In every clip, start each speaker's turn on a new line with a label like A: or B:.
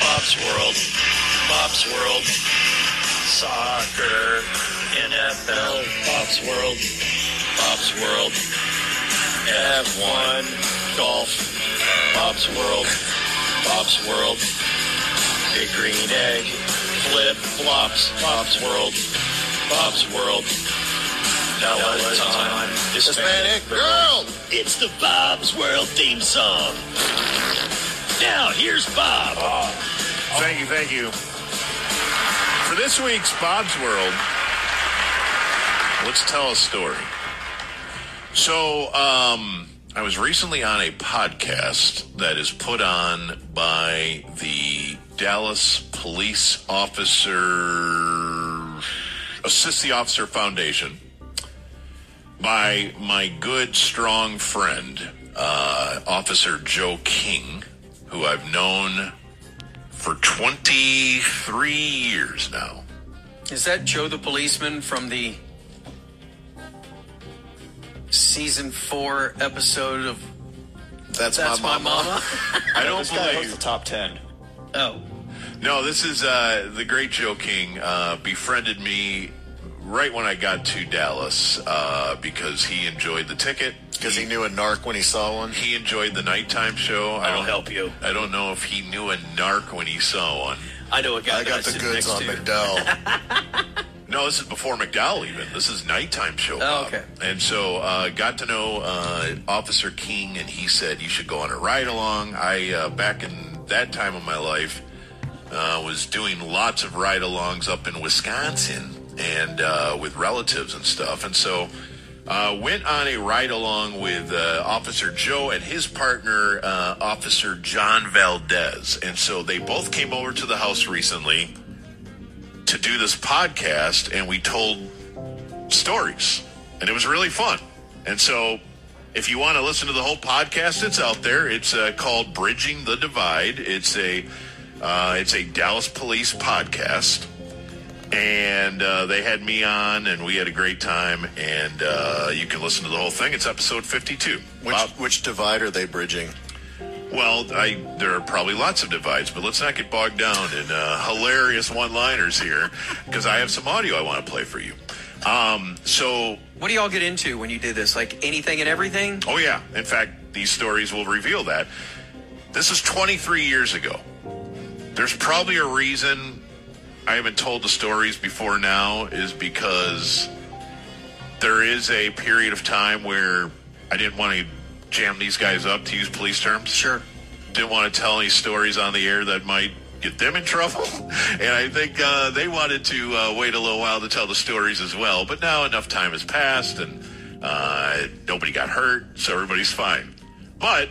A: Bob's World, Bob's World, soccer, NFL, Bob's World, Bob's World, F1, golf, Bob's World, Bob's World, Big Green Egg, Flip Flops, Bob's World, Bob's World. Peloton, Hispanic Girl! It's the Bob's World theme song. Now, here's Bob.
B: Thank you, thank you. For this week's Bob's World, let's tell a story. So, um, I was recently on a podcast that is put on by the Dallas Police Officer Assist the Officer Foundation by my good, strong friend, uh, Officer Joe King, who I've known for 23 years now.
C: Is that Joe the policeman from the season four episode of
D: That's,
C: That's My Mama?
B: I don't
E: This guy was
B: believe.
E: the top ten.
C: Oh,
B: No, this is uh, the great Joe King. Uh, befriended me right when I got to Dallas uh, because he enjoyed the ticket.
D: Because he knew a narc when he saw one.
B: He enjoyed the nighttime show. I
A: I'll
B: don't
A: help you.
B: I don't know if he knew a narc when he saw one.
A: I know a guy
D: I
A: that
D: got the
A: sit
D: goods
A: next
D: on
A: to.
D: McDowell.
B: No, this is before McDowell even. This is nighttime show. Bob.
C: okay.
B: And so uh, got to know uh, Officer King, and he said you should go on a ride along. I uh, back in that time of my life uh, was doing lots of ride alongs up in Wisconsin and uh, with relatives and stuff, and so. Uh, went on a ride along with uh, Officer Joe and his partner, uh, Officer John Valdez. And so they both came over to the house recently to do this podcast and we told stories and it was really fun and so if you want to listen to the whole podcast it's out there it's uh, called bridging the divide it's a uh, it's a dallas police podcast and uh, they had me on and we had a great time and uh, you can listen to the whole thing it's episode 52
D: Which,
B: Bob-
D: which divide are they bridging?
B: well, I, there are probably lots of divides, but let's not get bogged down in uh, hilarious one-liners here, because I have some audio I want to play for you. Um, so,
C: what do y'all get into when you do this? Like anything and everything?
B: oh yeah, in fact, these stories will reveal that this is 23 years ago. There's probably a reason I haven't told the stories before now is because there is a period of time where I didn't want to jam these guys up to use police terms.
C: Sure.
B: didn't want to tell any stories on the air that might get them in trouble. And I think uh, they wanted to uh, wait a little while to tell the stories as well. But now enough time has passed and uh, nobody got hurt, so everybody's fine. But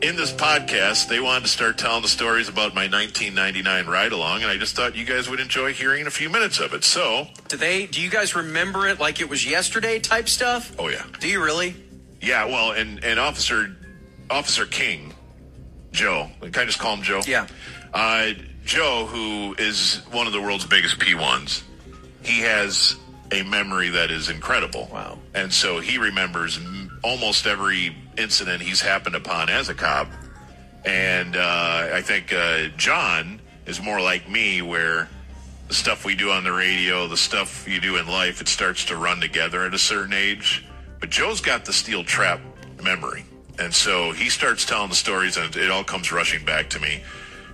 B: in this podcast, they wanted to start telling the stories about my 1999 ride along, and I just thought you guys would enjoy hearing a few minutes of it. So,
C: Do they? Do you guys remember it like it was yesterday? Type stuff?
B: oh yeah.
C: Do you really?
B: Yeah, well, and and Officer Officer King, Joe. Can I just call him Joe?
C: Yeah.
B: Uh, Joe, who is one of the world's biggest P1s, he has a memory that is incredible.
C: Wow.
B: And so he remembers m- almost every incident he's happened upon as a cop. And uh, I think uh, John is more like me, where the stuff we do on the radio, the stuff you do in life, it starts to run together at a certain age. But Joe's got the steel trap memory. And so he starts telling the stories, and it all comes rushing back to me.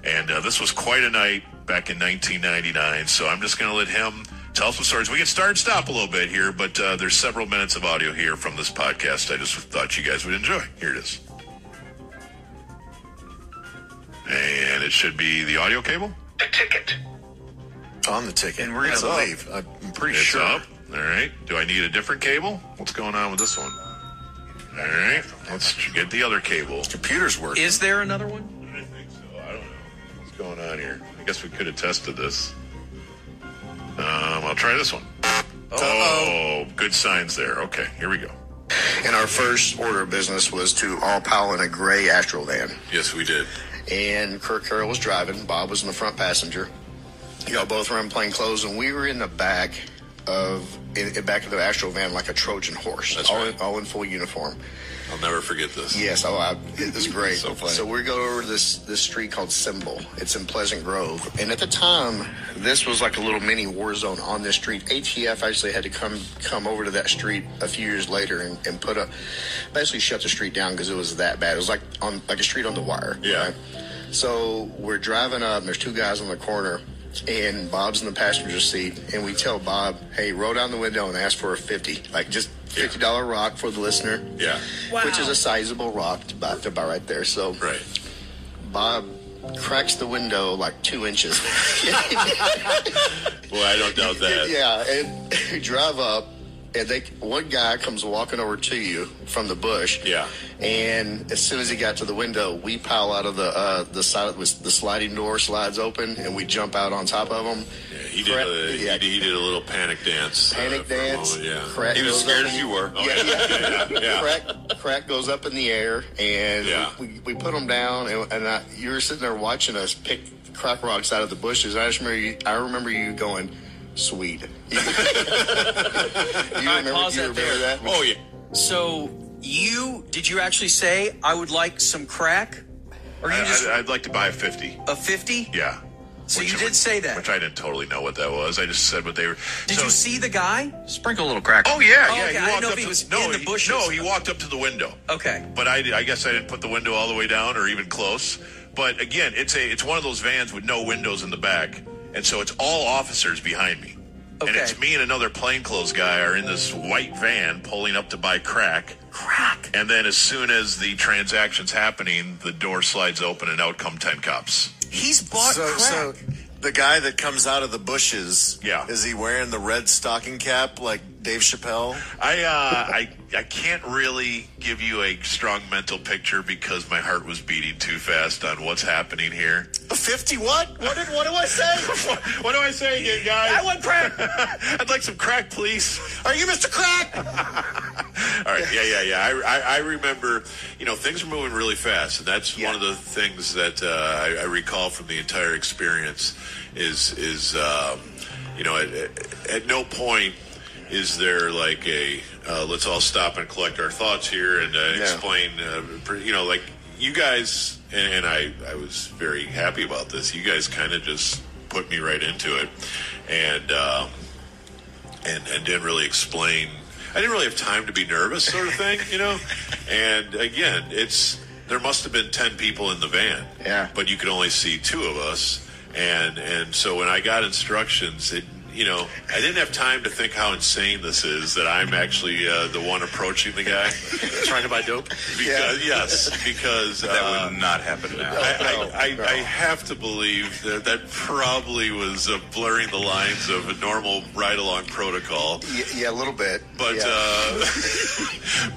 B: And uh, this was quite a night back in 1999. So I'm just going to let him tell some stories. We can start and stop a little bit here, but uh, there's several minutes of audio here from this podcast I just thought you guys would enjoy. Here it is. And it should be the audio cable.
A: The ticket.
D: On the ticket.
C: And we're gonna
D: It's
C: vote.
D: leave. I'm pretty
B: It's
D: sure.
B: up. All right. Do I need a different cable? What's going on with this one? All right. Let's get the other cable.
D: Computers work.
C: Is there another one?
B: I think so. I don't know. What's going on here? I guess we could have tested this. Um, I'll try this one. Oh, good signs there. Okay, here we go.
F: And our first order of business was to all pile in a gray Astro van.
B: Yes, we did.
F: And Kirk Carroll was driving. Bob was in the front passenger. Y'all both were in plain clothes, and we were in the back of in, in back of the Astro van like a Trojan horse,
B: That's
F: all,
B: right.
F: in, all in full uniform.
B: I'll never forget this.
F: Yes, oh, I, it was great.
B: So funny.
F: we go over this this street called Symbol. It's in Pleasant Grove, and at the time, this was like a little mini war zone on this street. ATF actually had to come come over to that street a few years later and, and put up, basically shut the street down because it was that bad. It was like on like a street on the wire.
B: Yeah.
F: So we're driving up, and there's two guys on the corner, and Bob's in the passenger seat, and we tell Bob, "Hey, roll down the window and ask for a fifty, like just fifty dollar rock for the listener."
B: Yeah.
F: which is a sizable rock to buy, to buy right there. So
B: Right.
F: Bob cracks the window like two inches.
B: Well, I don't doubt that.
F: yeah, and you drive up, and they one guy comes walking over to you from the bush.
B: Yeah.
F: and as soon as he got to the window, we pile out of the uh, the side of the the sliding door slides open, and we jump out on top of him.
B: Yeah, he did. A, he,
F: Yeah.
B: did, he did a little panic dance. uh,
F: Panic
B: for a
F: dance.
B: moment, Yeah.
F: Crack
B: he was
F: goes
B: scared
F: up
B: as
F: in-
B: you were. Oh,
F: Yeah, yeah.
B: yeah. yeah.
F: Crack, crack goes up in the air, and
B: Yeah.
F: we, we put them down. And, and I, you were sitting there watching us pick crack rocks out of the bushes. I just remember you, I remember you going, "Sweet." you remember,
C: pause
F: you
C: that
F: remember
C: there.
F: that?
B: Oh yeah.
C: So you did you actually say I would like some crack? Or you
B: I,
C: just
B: I'd, I'd like to buy a fifty.
C: a fifty?
B: Yeah.
C: So
B: Which
C: you
B: I-
C: did say that.
B: Which I didn't totally know what that was. I just said what they were.
C: Did
B: so,
C: you see the guy?
E: Sprinkle a little crack.
B: Oh yeah,
C: Oh,
B: yeah.
C: okay, I
B: He
C: didn't
B: walked
C: know if
B: up
C: he
B: to-
C: was
B: no,
C: in the
B: he-
C: bushes.
B: No, he walked up to the window.
C: Okay.
B: but I, I guess I didn't put the window all the way down or even close. But again, it's a it's one of those vans with no windows in the back, and so it's all officers behind me, and
C: Okay.
B: it's me and another plainclothes guy are in this white van pulling up to buy crack.
C: Crack.
B: And then as soon as the transaction's happening, the door slides open and out come ten cops.
C: He's bought
D: so,
C: crack.
D: so the guy that comes out of the bushes,
B: Yeah.
D: is he wearing the red stocking cap like Dave Chappelle?
B: I uh, I I can't really give you a strong mental picture because my heart was beating too fast on what's happening here.
D: Fifty what? What did what do I say?
B: what, what do I say again, guys?
C: I want crack.
B: I'd like some crack, please.
D: Are you Mr. Crack?
B: All right, yeah, yeah, yeah. I, I, I remember, you know, things were moving really fast, and that's one of the things that uh, I, I recall from the entire experience. Is is um, you know, at- at, at no point is there like a uh, let's all stop and collect our thoughts here and uh, explain, uh, pr- you know, like you guys and, and I. I was very happy about this. You guys kind of just put me right into it, and. Um, and, and didn't really explain. I didn't really have time to be nervous, sort of thing, you know. And again, it's there must have been ten people in the van,
F: Yeah.
B: But you could only see two of us, and and so when I got instructions, it you know I didn't have time to think how insane this is that I'm actually uh, the one approaching the guy
E: Trying to buy dope.
B: because yes, because
E: That
B: uh,
E: would not happen now.
B: I, I, I, I have to believe that that probably was uh, blurring the lines of a normal ride along protocol.
F: Yeah, yeah, a little bit.
B: But
F: yeah.
B: uh,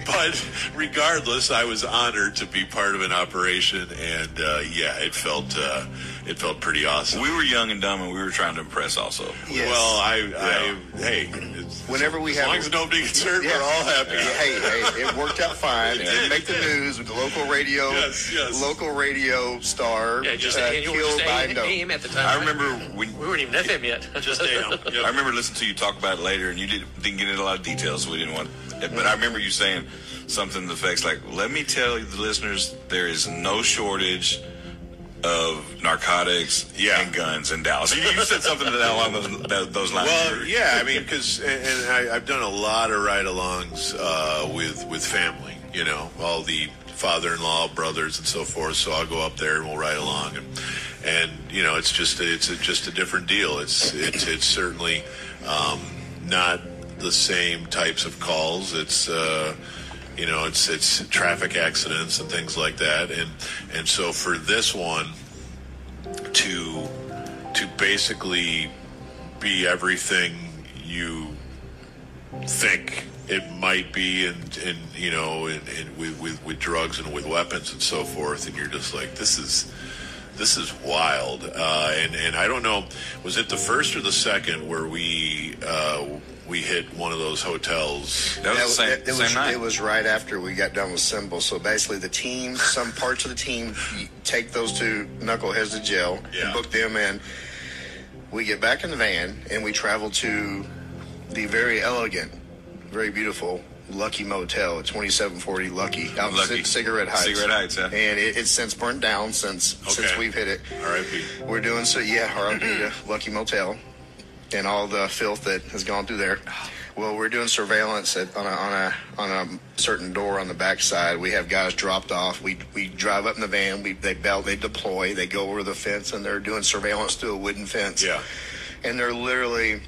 B: but regardless, I was honored to be part of an operation, and uh, yeah, it felt uh, it felt pretty awesome.
E: we were young and dumb, and we were trying to impress. Also,
F: Yes.
B: Well, I, I hey, it's-
F: Whenever we
B: as
F: have-
B: long as nobody gets hurt,
F: Yeah.
B: we're all happy.
F: Yeah, hey, hey, it worked out fine.
B: It
F: It
B: did,
F: did, make
B: it
F: the
B: did.
F: news with the local radio,
B: Yes, yes.
F: local radio star
G: Yeah, just
F: uh,
G: a, you were
F: killed
G: just
F: by
G: a,
F: no.
G: AM at the time.
E: I
G: right?
E: remember when
G: we weren't even FM yet.
B: Just damn.
E: I
B: Yep.
E: remember listening to you talk about it later, and you did, didn't get into a lot of details. We didn't want, but I remember you saying something to the effects like, "Let me tell you, the listeners, there is no shortage of narcotics
B: Yeah.
E: and guns in Dallas." You, you said something to that along those, that, those lines.
B: Well, yeah, I mean, because and, and I, I've done a lot of ride-alongs uh, with with family, you know, all the father-in-law, brothers, and so forth. So I'll go up there and we'll ride along, and and you know, it's just it's a, just a different deal. It's it's it's certainly um, not the same types of calls. It's uh, you know, it's it's traffic accidents and things like that, and and so for this one to to basically be everything you think it might be and and you know and, and with, with with drugs and with weapons and so forth and you're just like this is this is wild uh, and and I don't know was it the first or the second where we uh, we hit one of those hotels
E: that was the same,
F: it, it
E: same
F: was,
E: night.
F: It was right after we got done with Symbol. So basically, the team, some parts of the team, take those two knuckleheads to jail
B: Yeah.
F: and book them in. We get back in the van and we travel to the very elegant, very beautiful Lucky Motel at 2740 Lucky out in
E: Lucky.
F: Cig- Cigarette Heights.
E: Cigarette Heights, yeah.
F: And it, it's since burnt down since since
E: Okay.
F: we've hit it.
E: R.I.P.
F: We're doing so, yeah, R.I.P. to Lucky Motel and all the filth that has gone through there. Well, we're doing surveillance at, on a on a on a certain door on the backside. We have guys dropped off. We we drive up in the van. We they belt, they deploy, they go over the fence, and they're doing surveillance through a wooden fence.
E: Yeah.
F: and they're literally.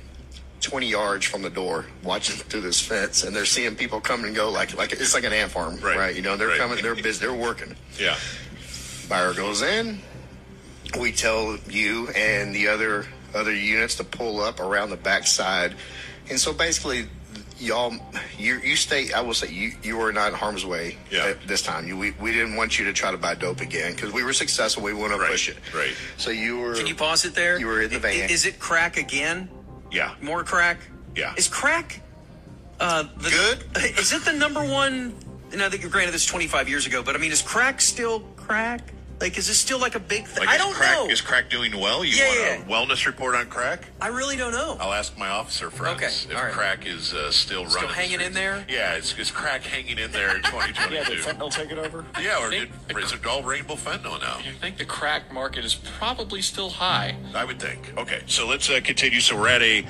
F: 20 yards from the door watching through this fence and they're seeing people come and go like like it's like an ant farm
B: Right.
F: you know they're
B: Right.
F: coming they're busy they're working
B: Yeah.
F: Buyer goes in. We tell you and the other other units to pull up around the backside, and so basically, y'all, you you stay. I will say you you were not in harm's way
B: Yeah.
F: at this time. You, we we didn't want you to try to buy dope again because we were successful. We want to
B: Right,
F: push it.
B: right.
F: So you were.
C: Can you pause it there?
F: You were in the
C: I-
F: van.
C: Is it crack again?
B: Yeah.
C: More crack?
B: Yeah.
C: Is crack uh, the,
D: Good?
C: Is it the number one? And I think, granted, this is 25 years ago, but I mean, is crack still crack? Like, is this still like a big thing?
B: Like,
C: I
B: is
C: don't
B: crack,
C: know.
B: Is crack doing well? You
C: Yeah,
B: want a wellness report on crack?
C: I really don't know.
F: Oh.
B: I'll ask my officer friends
C: Okay,
B: if
C: all right.
B: crack is uh, still,
C: Still
B: running.
C: hanging in there?
B: Yeah, is, is crack hanging in there in 2022?
G: Yeah, did fentanyl take it over?
B: Yeah, or
G: think,
B: did, is it all rainbow fentanyl now?
G: I think the crack market is probably still high.
B: I would think. Okay, so let's uh, continue. So we're at a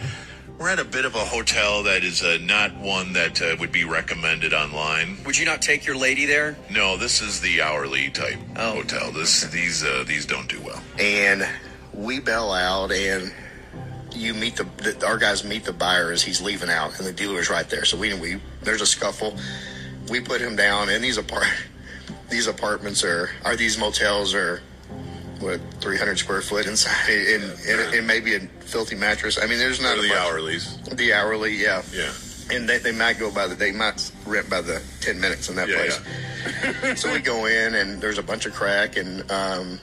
B: we're at a bit of a hotel that is uh, not one that uh, would be recommended online.
C: Would you not take your lady there?
B: No, this is the hourly type
C: Oh,
B: hotel. This these uh, these don't do well.
F: and we bail out and you meet the, the our guys meet the buyer as he's leaving out and the dealer is right there so we we there's a scuffle we put him down and these apart these apartments are are these motels are what 300 square foot inside and and, and maybe a filthy mattress i mean there's not
B: Or
F: a
B: the
F: bunch-
B: hourlies.
F: the hourly yeah
B: Yeah.
F: and they, they might go by the they might rent by the 10 minutes in that
B: Yeah,
F: place so we go in and there's a bunch of crack and um,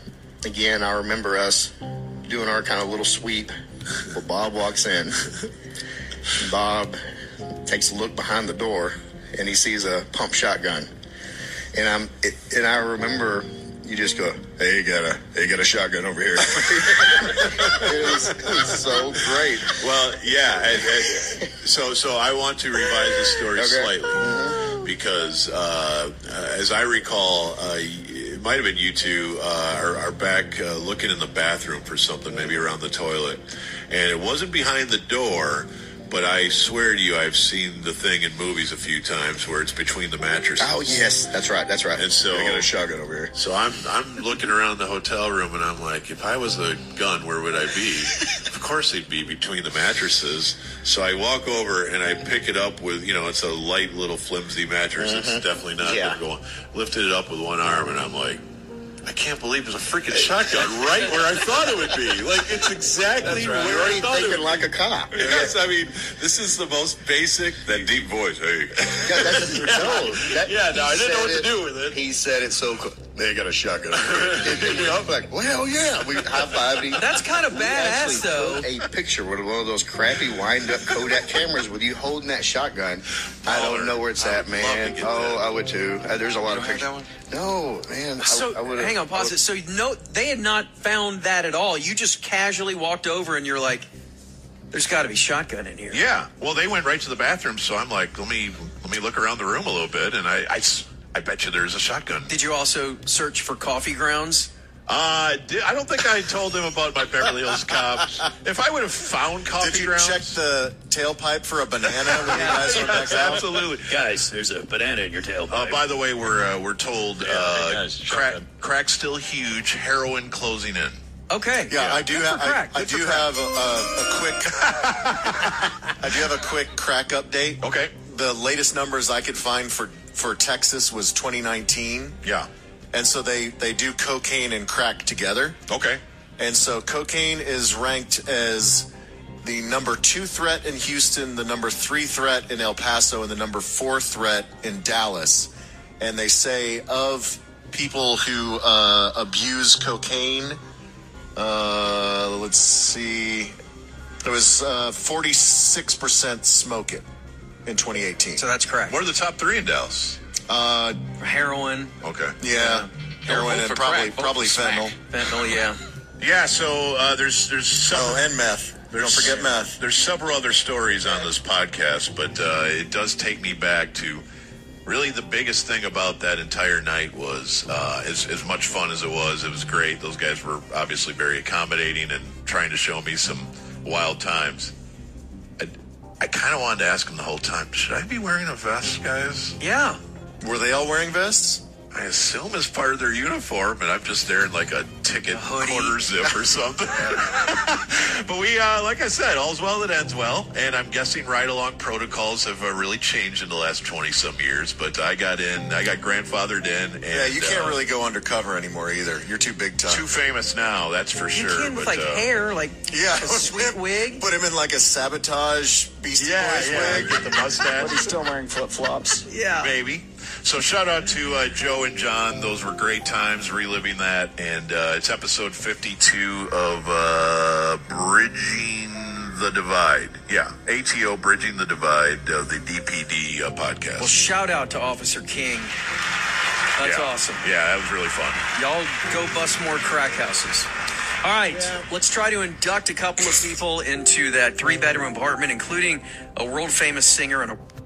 F: again i remember us doing our kind of little sweep but bob walks in bob takes a look behind the door and he sees a pump shotgun and i'm it, and i remember you just go hey you got a hey, you got a shotgun over here it, was, it was so great
B: Well, yeah. I- I- so, so I want to revise the story
F: Okay.
B: slightly because, uh, as I recall, uh, it might have been you two uh, are, are back uh, looking in the bathroom for something, maybe around the toilet, and it wasn't behind the door. But I swear to you, I've seen the thing in movies a few times where it's between the mattresses.
F: oh yes that's right that's right
B: And so-
F: i got a shotgun over here
B: So I'm I'm looking around the hotel room and I'm like, if I was a gun, where would I be? of course, they'd be between the mattresses. So I walk over and I pick it up with you know it's a light little flimsy mattress. It's definitely not
F: Yeah.
B: yeah. going. Lifted it up with one arm and I'm like. I can't believe there's a freaking shotgun right where I thought it would be. Like it's exactly
F: You're
B: where I
F: already
B: thought it would.
F: thinking like a cop.
E: Yes, I mean, this is the most basic. That deep voice, hey.
F: Yeah, that's, no, that-
B: Yeah, no,
F: he
B: I didn't know
F: said
B: what to do with it.
F: He said it so cool. They got a shotgun. it picked me up like, well, hell yeah. We high-fived him.
C: That's kind of
F: We actually
C: badass, though.
F: took A picture with one of those crappy wind-up Kodak cameras with you holding that shotgun. I
B: Baller.
F: don't know where it's
B: I
F: at,
B: would love to
F: man.
B: get
F: Oh,
B: that.
F: I would too. Uh, there's a lot of
E: don't have
F: pictures.
E: that one?
F: No, man. I-
C: So
F: I, would've-
C: hang on,
F: I
C: pause
F: would've-
C: it. So no, they had not found that at all. You just casually walked over and you're like, "There's got to be shotgun in here."
B: Yeah. Well, they went right to the bathroom, so I'm like, let me let me look around the room a little bit, and I I s I I bet you there's a shotgun.
C: Did you also search for coffee grounds?
B: Uh, di- I don't think I told him about my Beverly Hills Cop. If I would have found coffee
D: Did you
B: grounds,
D: check the tailpipe for a banana when you guys were back out?
B: absolutely.
H: Guys, there's a banana in your
B: Uh,
H: tailpipe.
B: by the way, we're uh, we're told
H: hey,
B: uh,
H: guys, shut
B: crack
H: up.
B: crack's still huge. Heroin closing in.
C: Okay.
D: Yeah, I do
C: Good
D: have.
C: for
D: I,
C: crack.
D: I
C: Good for
D: do
C: crack.
D: have a, a, a quick. I do have a quick crack update.
B: Okay.
D: The latest numbers I could find for for Texas was 2019,
B: Yeah.
D: and so they they do cocaine and crack together,
B: Okay.
D: and so cocaine is ranked as the number two threat in Houston, the number three threat in El Paso, and the number four threat in Dallas. And they say of people who uh, abuse cocaine, uh, let's see, it was uh, 46% smoke it in 2018.
C: So that's crack.
B: What are the top three in Dallas?
C: Heroin,
B: Okay.
D: Uh, yeah, heroin
G: vote
D: and
G: for
D: probably
G: crack, vote
D: probably
G: for smack.
D: fentanyl.
C: fentanyl. Yeah.
B: Yeah. So uh, there's there's some.
D: Oh, and meth.
B: There's,
D: Don't forget meth.
B: There's several other stories on this podcast, but uh, it does take me back to really the biggest thing about that entire night was uh, as, as much fun as it was, it was great. Those guys were obviously very accommodating and trying to show me some wild times. I, I kind of wanted to ask them the whole time, should I be wearing a vest, guys?
C: Yeah.
D: Were they all wearing vests?
B: I assume it's part of their uniform, and I'm just there in like a ticket
C: hoodie.
B: quarter zip or something. but we, uh, like I said, all's well that ends well, and I'm guessing ride along protocols have uh, really changed in the last 20 some years. But I got in, I got grandfathered in, and
D: Yeah, you can't
B: uh,
D: really go undercover anymore either. You're too big time.
B: Too famous now, that's for
C: You
B: sure.
C: can with
B: but,
C: like
B: uh,
C: hair, like
D: yeah,
C: a sweet wig.
D: Put him in like a sabotage Beastie
B: Yeah,
D: Boys
B: yeah,
D: wig.
B: get the mustache.
I: But he's still wearing flip flops.
C: Yeah.
B: Maybe. So shout out to uh, Joe and John. Those were great times reliving that, and uh, it's episode fifty-two of uh, Bridging the Divide. Yeah, ATO Bridging the Divide of the DPD uh, podcast.
C: Well, shout out to Officer King. That's
B: Yeah.
C: awesome.
B: Yeah, that was really fun.
C: Y'all go bust more crack houses. All right, let's try to induct a couple of people into that three bedroom apartment, including a world famous singer and a